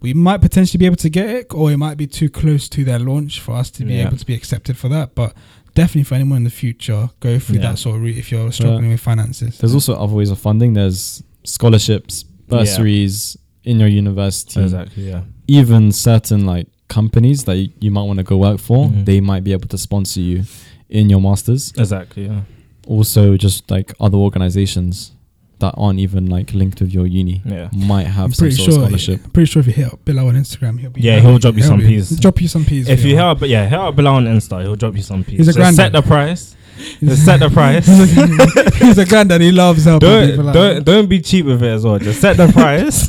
S1: we might potentially be able to get it, or it might be too close to their launch for us to be
S2: Yeah.
S1: able to be accepted for that. But definitely for anyone in the future, go through
S2: Yeah.
S1: that sort of route if you're struggling with finances.
S3: There's also other ways of funding. There's scholarships, bursaries in your university.
S2: Exactly, yeah.
S3: Even certain like companies that you, you might want to go work for,
S1: Mm-hmm.
S2: Mhm.
S3: they might be able to sponsor you in your masters.
S2: Exactly, yeah.
S3: Also, just like other organizations that aren't even like linked with your uni
S2: Yeah.
S3: might have
S1: I'm
S3: some
S1: pretty
S3: sort of
S1: sure.
S3: scholarship.
S1: Pretty sure if you hit up Bill on Instagram, he'll be
S2: Yeah, he'll drop you some
S1: be-
S2: peas.
S1: Drop you some peas.
S2: If you
S1: yeah.
S2: help, yeah, help Bilal on Insta, he'll drop you some piece.
S1: He's a
S2: Just set
S1: granddad.
S2: the price. Just set the price.
S1: *laughs* he's a granddad. He loves helping people.
S2: don't
S1: out.
S2: don't don't be cheap with it as well. Just set the price.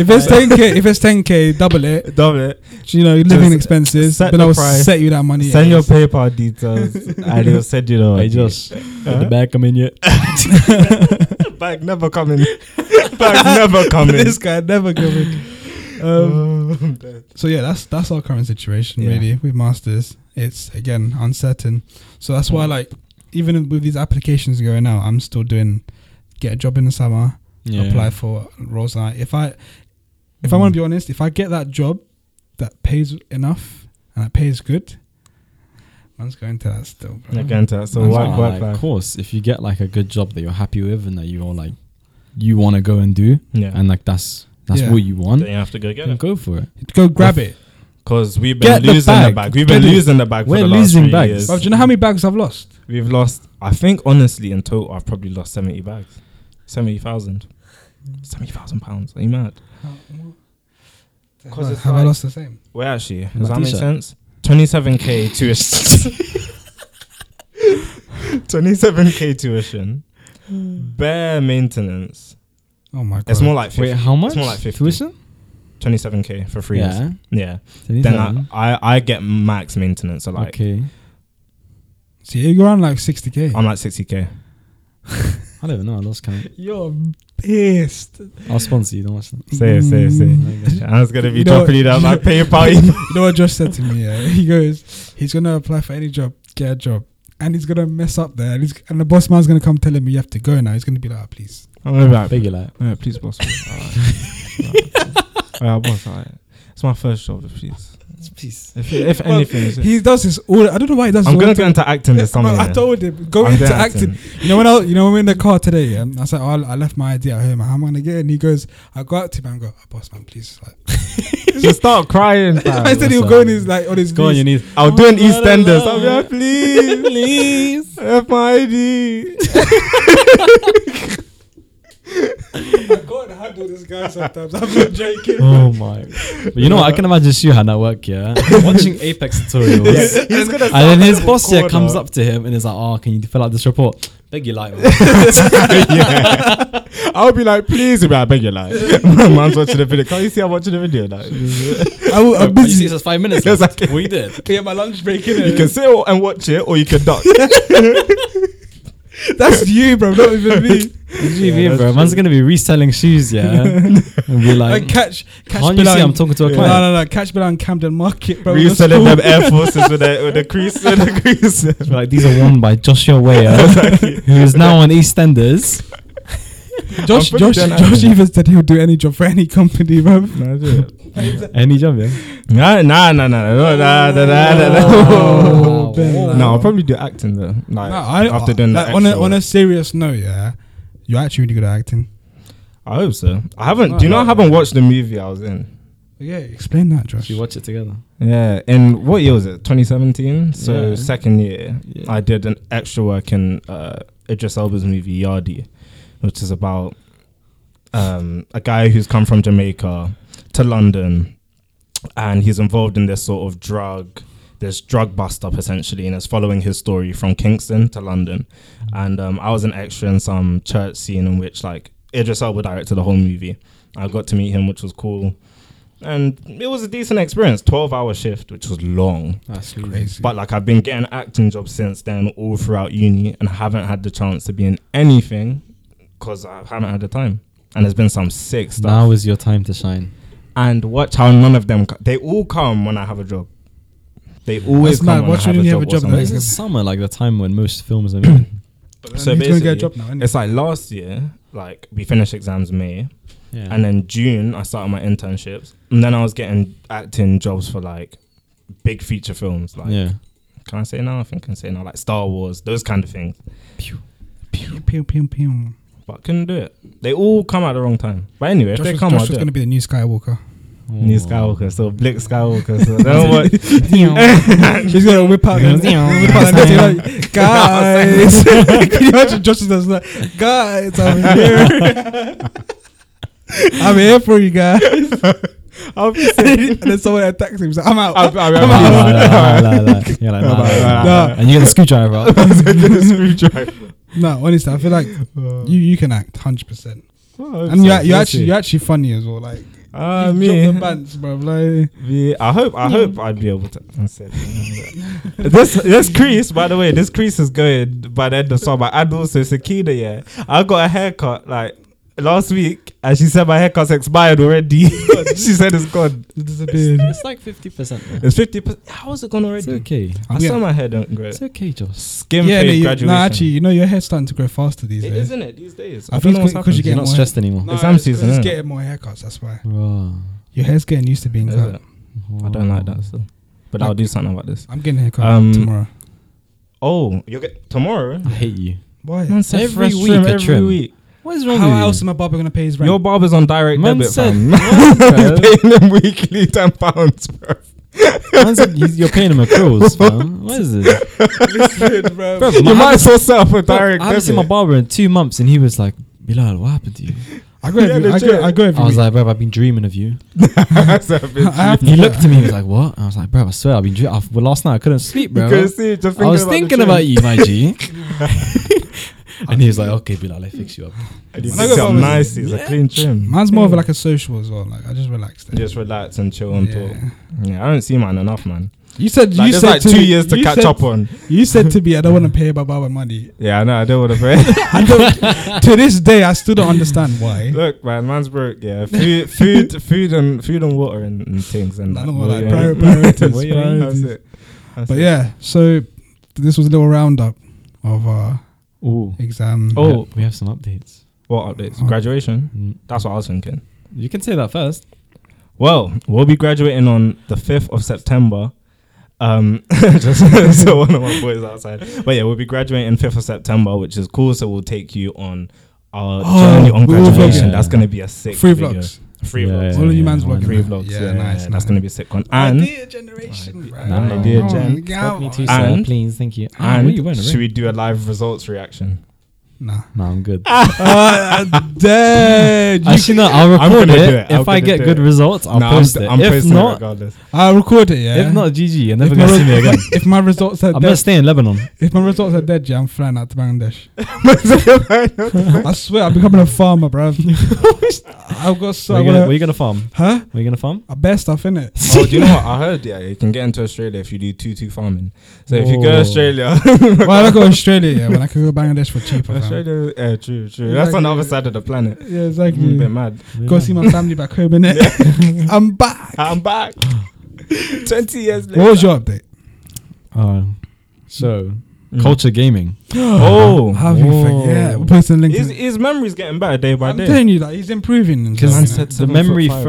S1: If it's ten k, if it's ten k, double it.
S2: Double it.
S1: You know, living
S2: Just
S1: expenses.
S2: set
S1: Bill
S2: the
S1: will
S2: price.
S1: set you that money.
S2: Send your PayPal details, and he'll send you the.
S1: *laughs*
S3: I just the bag come in yet.
S2: *laughs* bag never coming. bag never coming.
S1: this guy never coming.
S2: Um,
S1: So yeah, that's that's our current situation
S2: Yeah.
S1: really with masters. It's again uncertain. So that's why like even with these applications going out, I'm still doing get a job in the summer, apply for roles. Like if I if I
S2: Mm.
S1: want to be honest, if I get that job that pays enough and that pays good, man's going to that still. Bro.
S2: Again, to that. So
S1: That's
S2: work,
S1: fine.
S2: work,
S3: of
S2: life.
S3: course, if you get like a good job that you're happy with and that you're like you want to go and do,
S2: Yeah.
S3: and like that's that's
S1: Yeah.
S3: what you want,
S2: then you have to go get
S3: then
S2: it.
S3: go for it.
S1: Go grab it.
S2: Because we've been
S3: Get the
S2: losing the
S3: bag.
S2: bag. We've been
S3: Get it.
S2: losing the bag for
S3: We're
S2: the last
S3: losing
S2: three
S3: bags.
S2: years.
S1: Bro, do you know how many bags I've lost?
S2: We've lost, I think, honestly, in total, I've probably lost 70 bags. 70,000. 70,000 pounds. Are you mad?
S1: Have
S2: 'Cause it's
S1: I
S2: like-
S1: lost the same?
S2: Wait, actually,
S3: My
S2: does that make
S3: t-shirt.
S2: sense? 27k
S3: *laughs*
S2: tuition. 27k tuition. Bare maintenance.
S1: Oh my god!
S2: It's more like 50.
S3: Wait, how much?
S2: It's more like 50.
S3: Tuition?
S2: 27k for free. years.
S3: Yeah.
S2: Yeah. Then I,
S3: 27.
S2: I, I get max maintenance. So like,
S3: okay.
S1: See, you're on like sixty k.
S2: I'm like 60k.
S3: I don't even know. I lost count.
S1: You're pissed.
S3: I'll sponsor you. Don't watch that.
S2: Say it, say it, say it. *laughs*
S3: Okay.
S2: I was going to be
S1: You know
S2: dropping
S1: what-
S2: you down my PayPal.
S1: *laughs* You know what Josh said to me? Yeah, *laughs* he goes, he's gonna apply for any job, get a job, and he's gonna mess up there, and, he's, and the boss man's gonna come tell him you have to go now. He's gonna be like, oh, please.
S2: I'm going to be like,
S3: Big like.
S2: Yeah, please, boss. Alright. Alright, boss. Alright. It's my first job, please.
S3: Peace.
S2: If, if
S1: Well,
S2: anything, is-
S1: He does this all. I don't know why he does.
S2: I'm
S1: this all
S2: gonna
S1: the
S2: go into acting this
S1: time.
S2: summer.
S1: But I
S2: yeah.
S1: told him go
S2: I'm
S1: into
S2: doing
S1: acting. You know when I, you know when we're in the car today, yeah, I said, oh, I left my idea at home. How am I gonna get? It? And he goes, I go out to him and go, oh, boss man, please. Like,
S2: Just start crying. fam.
S1: I said he'll
S3: what's
S1: go
S3: up?
S1: on his like on his.
S3: Go on
S1: knees.
S3: your knees.
S2: I'll do an EastEnders.
S3: la,
S2: I'll be
S3: la.
S2: like, please,
S3: Please.
S2: F my ID.
S1: I can't handle this guy sometimes. I'm not joking.
S3: Oh my. But you know what? I can imagine Shuhan at work, yeah? Watching Apex tutorials.
S2: He's gonna.
S3: And then his boss here comes up to him and is like, oh, can you fill out this report? Beg your light,
S2: *laughs*
S3: man.
S2: yeah. I'll be like, please. He'll be like, *laughs* I beg your life. my mom's watching the video. Can't you see I'm watching the video? Like,
S1: *laughs* I, will- I'm
S3: *laughs* But you see,
S1: busy.
S3: it's just five minutes
S2: Yes,
S3: left.
S2: I can.
S3: We did.
S1: Yeah, my lunch break in
S2: you can sit and watch it, or you can *laughs* duck.
S1: That's you, bro. Not even me.
S3: What do you
S2: Yeah,
S3: mean,
S2: that's
S3: bro? Man's gonna be reselling shoes, yeah. and be
S1: *laughs*
S3: like,
S1: Like catch, catch.
S3: can't you
S1: Bilal
S3: see I'm
S1: in-
S3: talking to a
S2: Yeah.
S1: No,
S3: client?
S1: no, no. Catch Bilal in Camden Market, bro.
S2: Reselling
S1: That's
S2: them Air Forces with the with the crease with the crease.
S3: Be Like these are worn by Joshua Weah, who is now on EastEnders.
S1: cool. Josh,
S2: I'm pretty
S1: Josh,
S2: sure
S1: *laughs*
S2: that-
S1: Josh even said he'll do any job for any company, bro. *laughs*
S3: Any job, yeah.
S2: Nah, nah, nah, nah, nah, nah, nah, nah, *laughs* nah.
S1: Oh, Bilal.
S2: No, I'll probably do acting though. Like
S1: No, I,
S2: after doing
S1: like,
S2: that,
S1: on a on a serious note, yeah, you're actually really good at acting.
S2: I hope so. I haven't. do you know? I haven't watched the movie I was in.
S1: Yeah, explain that, Josh.
S3: Should we watch it together?
S2: Yeah, in what year was it? 2017. So
S3: Yeah.
S2: second year,
S3: Yeah.
S2: I did an extra work in uh, Idris Elba's movie Yardi, which is about um, a guy who's come from Jamaica to London, and he's involved in this sort of drug, this drug bust up essentially, and it's following his story from Kingston to London. And um, I was an extra in some church scene in which like Idris Elba directed the whole movie. I got to meet him, which was cool. And it was a decent experience. Twelve hour shift, which was long.
S3: That's
S1: Crazy.
S2: But like I've been getting acting jobs since then, all throughout uni, and haven't had the chance to be in anything because I haven't had the time. and there's been some sick stuff.
S3: Now is your time to shine.
S2: and watch how none of them. Co- they all come when I have a job. They always
S1: That's mad.
S2: come. When
S1: Watch
S2: I have
S1: when you
S2: a job. or
S1: that
S3: This
S2: something.
S1: good.
S3: is summer, like the time when most films are made.
S2: So
S1: he's gonna get a
S2: basically,
S1: job now. isn't he?
S2: It's like last year, like we finished exams May,
S3: yeah.
S2: and then June I started my internships, and then I was getting acting jobs for like big feature films. Like,
S3: yeah.
S2: can I say now? I think I can say now. Like Star Wars, those kind of things.
S1: Pew, pew, pew, pew.
S2: But couldn't do it. They all come at the wrong time. But anyway, if
S1: Joshua's,
S2: they come, I'll
S1: Joshua's
S2: do
S1: going
S2: it.
S1: to be the new *laughs* Skywalker.
S2: New Skywalker, so Blake Skywalker. *laughs* So don't worry. *laughs*
S3: Oh.
S1: He's going to whip out
S3: *laughs*
S1: and whip out and be like, *laughs*
S2: *laughs*
S1: guys. Can you imagine Joshua's just like, guys, I'm here. *laughs* I'm here for you
S2: *laughs*
S1: guys. *laughs*
S2: I'll be
S1: and then someone attacks him. He's like, I'm out.
S2: *laughs* I'll, I'll,
S1: I'm
S3: Nah,
S1: out.
S2: I'll,
S3: nah,
S2: *laughs*
S3: nah, nah, nah. You're like, nah, nah, nah, nah.
S1: Nah.
S3: And you get the screwdriver
S1: *laughs*
S3: out.
S2: screwdriver.
S1: No, honestly, I feel like
S2: Uh,
S1: you, you can act 100%.
S2: Oh,
S1: And you're,
S2: you
S1: you're, actually, you're actually funny as well. Like,
S2: Ah,
S1: you
S2: me.
S1: drop the pants, bro. Like,
S2: Yeah, I hope I hope I'd be able to. That's it. this this crease, by the way, this crease is going by the end of summer. And also Sakina, yeah, I got a haircut like last week, and she said my haircut's expired already. *laughs* she said it's gone.
S1: disappeared.
S3: It's like 50%.
S2: It's fifty percent. How is it gone
S3: It's
S2: already?
S3: okay.
S2: I saw my hair don't grow.
S3: It's okay, Josh.
S2: Skin
S1: yeah, no,
S2: fade
S1: you,
S2: graduation.
S1: no, actually, you know, your hair's starting to grow faster these
S2: it
S1: days.
S2: isn't it these days.
S1: I
S2: I
S1: think
S2: don't know
S1: it's
S2: what's
S1: because you
S2: happening.
S3: You're
S1: get
S3: not
S1: more-
S3: stressed anymore.
S2: No, it's ham season,
S1: It's
S2: innit?
S1: getting more haircuts. That's why
S3: Bruh.
S1: your hair's getting used to being
S2: Is
S1: cut.
S2: it? I don't like that still. But I'll do something about this.
S1: I'm getting a haircut
S2: Um,
S1: tomorrow.
S2: Oh, you get tomorrow.
S3: I hate you.
S1: Why?
S2: said
S3: Ah, Every
S2: fresh
S3: week
S2: trim
S3: a
S2: every
S3: trim.
S2: week.
S3: What is wrong with
S1: How
S3: you?
S1: else am I barber gonna pay his rent?
S2: Your barber's on direct
S3: Man
S2: debit,
S3: said-
S2: fam.
S3: *laughs* What, bro?
S2: *laughs* You're paying them weekly ten pounds, bro.
S3: Man said you- you're paying him accruals, fam. What is this?
S1: Listen, bro.
S3: Bro,
S2: You
S3: *laughs* my-
S2: might as well set up a
S3: Bro,
S2: direct
S3: I haven't seen my
S2: debit.
S3: barber in two months, and he was like, "Bilal, what happened to you?"
S1: I go
S2: Yeah,
S1: every. I
S2: legit.
S1: go. I go every.
S3: I was
S1: week.
S3: like, "Bro, I've been dreaming of you." *laughs*
S2: That's a
S1: *laughs*
S2: bitch.
S1: I have
S3: And he looked at me, he was like, "What?" I was like, "Bro, I swear, I've been dreaming. Well, last night I couldn't sleep,
S2: You
S3: bro.
S2: can see, just
S3: I was
S2: the
S3: thinking
S2: trim.
S3: about you, my G." *laughs* and he was like, "Okay, Bilal, I fix you up."
S2: And you
S1: I
S2: fix
S1: got
S2: it up
S1: barbers.
S2: nice. It's a clean trim.
S1: Mine's more of like a social as well. Like I just relax there.
S2: You just relax and chill and
S1: Yeah.
S2: talk. Yeah, I don't see mine enough, man.
S1: You said
S2: Like,
S1: you
S2: there's
S1: said
S2: like
S1: to
S2: two
S1: me-
S2: years to
S1: you
S2: catch
S1: said-
S2: up on.
S1: *laughs* You said to me, I don't want to pay my barber
S2: *laughs*
S1: money.
S2: Yeah, I know. I don't want to *laughs* pay.
S1: I don't. to this day, I still don't understand
S2: *laughs*
S1: why.
S2: Look, man, man's broke. Yeah, food, food, food, and food and water and, and things and
S1: I
S2: that.
S1: don't know,
S2: What
S1: like,
S2: you *laughs* ain't-
S1: priorities,
S2: what you ain't- that's
S1: priorities.
S2: it. That's
S1: But
S2: it.
S1: yeah, so this was a little roundup of uh
S3: Ooh.
S1: exam.
S2: Oh.
S3: We have- we have some updates.
S2: What updates? Graduation.
S3: Mm.
S2: That's what I was thinking.
S3: You can say that first.
S2: Well, we'll be graduating on the 5th of September. Um, *laughs* just so one of my boys outside. But yeah, we'll be graduating 5th of September, which is cool. So we'll take you on
S1: *gasps*
S2: our
S1: Oh,
S2: journey on
S1: we will
S2: graduation.
S3: vlog it.
S2: That's going to be a sick
S1: Free
S2: video.
S1: vlogs.
S2: Free
S3: Yeah,
S2: vlogs.
S1: All of you man's
S3: why
S1: vlogging.
S3: not?
S2: Free vlogs.
S1: Yeah,
S2: Yeah,
S1: nice,
S2: That's
S1: nice.
S2: going to be sick one. And,
S1: idea generation. bro.
S2: An
S1: Oh
S2: idea
S1: my
S2: gen.
S1: God.
S3: Stop me too,
S2: sir,
S3: sir,
S2: And-
S3: please. Thank you.
S2: and should we do a live results reaction?
S1: Nah.
S3: no, I'm good.
S1: Dead.
S3: Actually, no, I'll
S2: I'm
S3: record
S2: gonna
S3: it.
S2: do it. I'm
S3: If
S2: gonna
S3: I get
S2: do
S3: good
S2: it.
S3: results, I'll
S2: No,
S3: post
S2: I'm,
S3: it.
S2: I'm
S3: if
S2: posting it
S3: not,
S2: regardless.
S1: I'll record it, yeah.
S3: if not, GG, you're never
S1: if
S3: gonna
S1: my,
S3: see *laughs* me again.
S1: if my results are
S3: I'm gonna
S1: dead,
S3: stay in *laughs* Lebanon.
S1: if my results are dead, yeah, I'm flying out to Bangladesh. I swear, I'm becoming a farmer,
S3: *laughs*
S1: bro. I've got so.
S3: where,
S1: I
S3: you gonna,
S1: wanna-
S3: where you gonna farm?
S1: Huh?
S3: Where you gonna farm?
S1: I bear stuff in
S3: *laughs*
S1: it.
S2: *laughs* Oh, do you know what? I heard, yeah, you can get into Australia if you do 2 2 farming. So if you go
S3: Whoa.
S2: to Australia, *laughs*
S1: Why I go to Australia yeah, when I could go to Bangladesh for cheaper? fam.
S2: Australia, yeah, true, true. That's on the other side of the planet.
S1: Yeah,
S2: Mm, bit
S1: exactly.
S2: mad.
S1: Go see my family back home
S3: *laughs*
S1: innit? I'm back.
S2: I'm *gasps* back. 20 years later.
S1: What was your update?
S3: Uh, so
S2: Mm.
S3: culture gaming.
S2: Oh.
S1: How have you?
S3: Whoa.
S1: forget- Yeah, we're posting links.
S2: His, his memory's getting better day by
S1: I'm
S2: day.
S1: telling you that he's improving. and
S3: Because
S1: stuff,
S2: Man
S1: you know.
S2: said
S3: the
S2: seven
S3: memory
S2: foot five.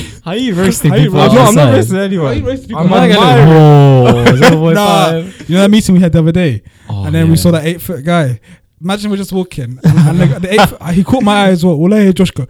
S3: from how are you roasting
S2: Are you
S3: people
S2: right? No, I'm not
S3: outside?
S2: racing anyone.
S1: Why you racing people?
S2: I'm
S1: Why
S3: Like,
S1: you
S2: admiring. *laughs*
S3: whoa, *laughs* is that a boy
S1: Nah.
S3: five?
S1: You know that meeting we had the other day,
S3: Oh,
S1: and then
S3: yeah.
S1: we saw that eight foot guy. Imagine we're just walking, and, and look, at the eight foot, he caught my eye as well. All I hear Josh go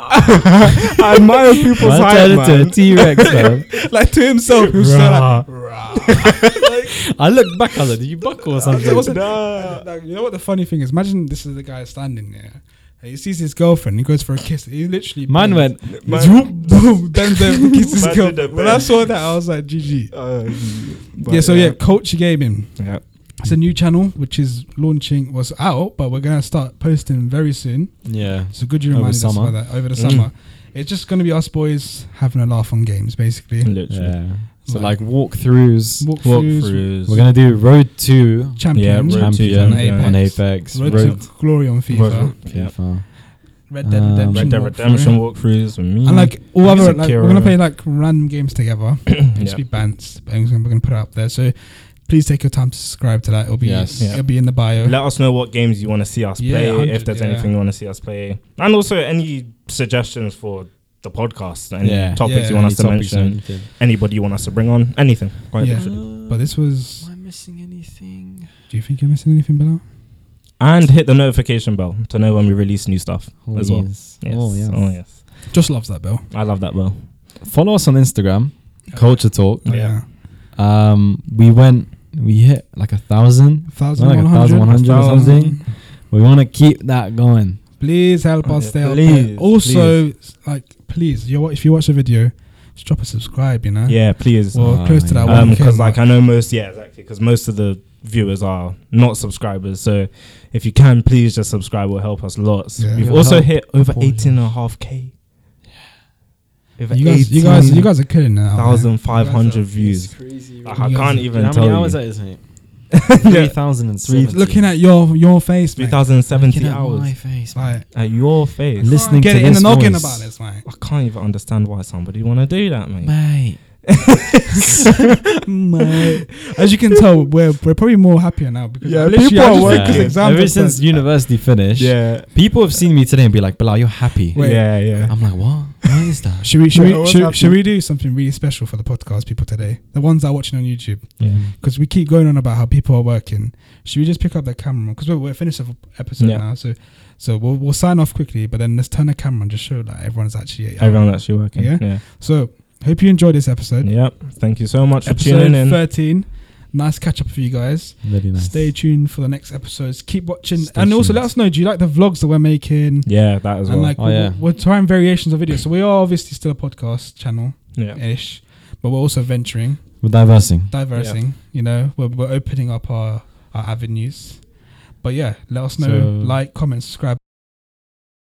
S2: I admire people's
S3: Man
S2: height,
S3: turned into a
S2: man.
S3: T-Rex, man.
S1: like to himself. He was just
S2: Rah.
S1: like, "Rah." Like,
S3: I looked back. I was like, "Did you buckle or something?"
S1: it
S2: *laughs*
S1: wasn't.
S2: Nah.
S1: like, *laughs* you know what the funny thing is? Imagine this is the guy standing there. And he sees his girlfriend. He goes for a kiss. He literally
S3: Mine
S1: bends.
S3: went.
S2: Man-
S1: Zoom, boom, then
S2: *laughs*
S1: then kisses his
S2: Man
S1: girl.
S2: did a
S1: When I
S2: bend.
S1: saw that, I was like, GG.
S2: Uh, but
S1: yeah, so yeah, Culture Gaming.
S2: Yeah.
S1: It's a new channel which is launching, was out, but we're going to start posting very soon.
S3: Yeah.
S1: So good you
S3: Over
S1: reminded us
S3: summer.
S1: about that over the
S2: Mm.
S1: summer. It's just going to be us boys having a laugh on games, basically.
S2: Literally.
S3: Mm. Yeah. So
S1: Like-
S3: like walkthroughs.
S1: Walkthroughs,
S2: Walkthroughs.
S3: We're gonna do Road Two
S1: champions,
S2: Road to
S3: Champion
S1: Champion
S3: on
S1: on
S3: Apex.
S1: Road to Glory on FIFA.
S2: Yeah.
S3: FIFA.
S1: Red Dead
S3: Um,
S1: Redemption,
S2: Red Dead
S1: walkthrough.
S2: Redemption walkthroughs with me.
S1: and
S3: Mm.
S1: like all
S2: Like
S1: other like we're gonna
S2: Sekiro.
S1: play like random games
S3: *coughs*
S1: together.
S2: Yeah.
S1: Just be bants, and we're gonna put it up there. So please take your time to subscribe to that. It'll be
S3: Yes.
S2: Yeah.
S1: it'll be in the bio.
S2: Let us know what games you want to see us
S1: Yeah,
S2: play,
S1: 100,
S2: if there's
S1: yeah.
S2: anything you want to see us play, and also any suggestions for the podcast, any
S3: Yeah.
S2: topics
S1: Yeah.
S2: you want us to
S3: Any topics or
S2: mention,
S3: anything?
S2: anybody you want us to bring on, anything. Quite
S1: Yeah.
S2: literally.
S1: but this was.
S3: Am I missing anything?
S1: Do you think you're missing anything, Bilal?
S2: And hit the notification bell to know when we release new stuff
S3: Oh,
S2: as well.
S3: yes.
S2: Yes.
S3: Oh, yeah.
S2: Oh, yes.
S1: Just loves that bell.
S2: I love that bell.
S3: Follow us on Instagram, Culture Talk.
S1: Oh,
S2: Yeah.
S3: Um, we went, we hit like a thousand.
S1: Thousand
S3: Like a
S1: one hundred.
S3: thousand one hundred or something. We want to keep that going.
S1: Please help
S2: Oh,
S1: us
S2: yeah,
S1: stay up
S2: please,
S1: there. Also, s- like, please, you if you watch the video, just drop a subscribe. You know,
S2: Yeah, please.
S1: Well,
S3: Oh,
S1: close to that
S3: yeah.
S1: one.
S2: Um 'cause
S1: K
S2: because like
S1: mark.
S2: I know most, yeah, exactly. Because most of the viewers are not subscribers, so if you can, please just subscribe. Will help us lots.
S1: Yeah.
S2: We've
S3: It'll
S2: also
S3: help
S2: hit over
S3: support you.
S2: eighteen and a half k. Over
S1: you guys, you guys, you
S2: 18
S1: guys are killing now. man.
S2: thousand five hundred views.
S3: crazy.
S2: I, I
S1: You guys
S2: can't
S1: are-
S2: even
S3: how
S2: tell
S3: many
S2: you. *laughs*
S3: hours that is, mate?
S2: yeah,
S3: 3,070.
S1: Looking at your your face,
S2: three
S1: mate.
S2: thousand
S3: Looking
S2: seventy
S3: at my
S2: hours
S3: face, man.
S1: Like,
S2: at your face.
S3: Listen- Listening
S1: get
S3: to
S1: it in the
S3: this
S1: noggin
S3: voice.
S1: about this,
S2: *laughs*
S1: mate.
S2: I can't even understand why somebody want to do that, mate.
S3: Mate.
S1: mate. As you can tell, we're we're probably more happier now because
S2: Yeah,
S1: I literally-
S2: people
S1: I
S2: are
S1: just
S2: working.
S1: took this exam
S3: Ever
S1: just
S3: since
S1: then.
S3: university finished,
S2: Yeah,
S3: people have seen me today and be like, Bilal, you're happy.
S1: Wait.
S2: yeah, yeah.
S3: I'm like, what? Why is that?
S1: Should we should
S2: Wait,
S1: we
S2: what's
S1: should,
S2: happening?
S1: should we do something really special for the podcast people today? The ones that are watching on YouTube
S2: yeah.
S1: because we keep going on about how people are working. Should we just pick up the camera because we're, we're finished with episode
S2: Yeah.
S1: now? So so we'll we'll sign off quickly, but then let's turn the camera and just show that everyone's actually.
S2: Everyone's actually working.
S1: Yeah?
S2: yeah.
S1: So hope you enjoyed this episode.
S2: Yep. Thank you so much for tuning
S1: Episode
S2: in.
S1: thirteen. Nice catch up for you guys.
S3: Very nice.
S1: Stay tuned for the next episodes. Keep watching,
S3: Stay
S1: and also
S3: tuned.
S1: let us know. Do you like the vlogs that we're making?
S2: Yeah, that as well.
S1: And like
S3: Oh,
S1: we're,
S3: yeah.
S1: we're trying variations of videos, so we are obviously still a podcast channel
S2: yeah.
S1: ish, but we're also venturing,
S3: We're diversing.
S1: diversing. You know, we're, we're opening up our our avenues. But yeah, let us know.
S2: So-
S1: like, comment, subscribe.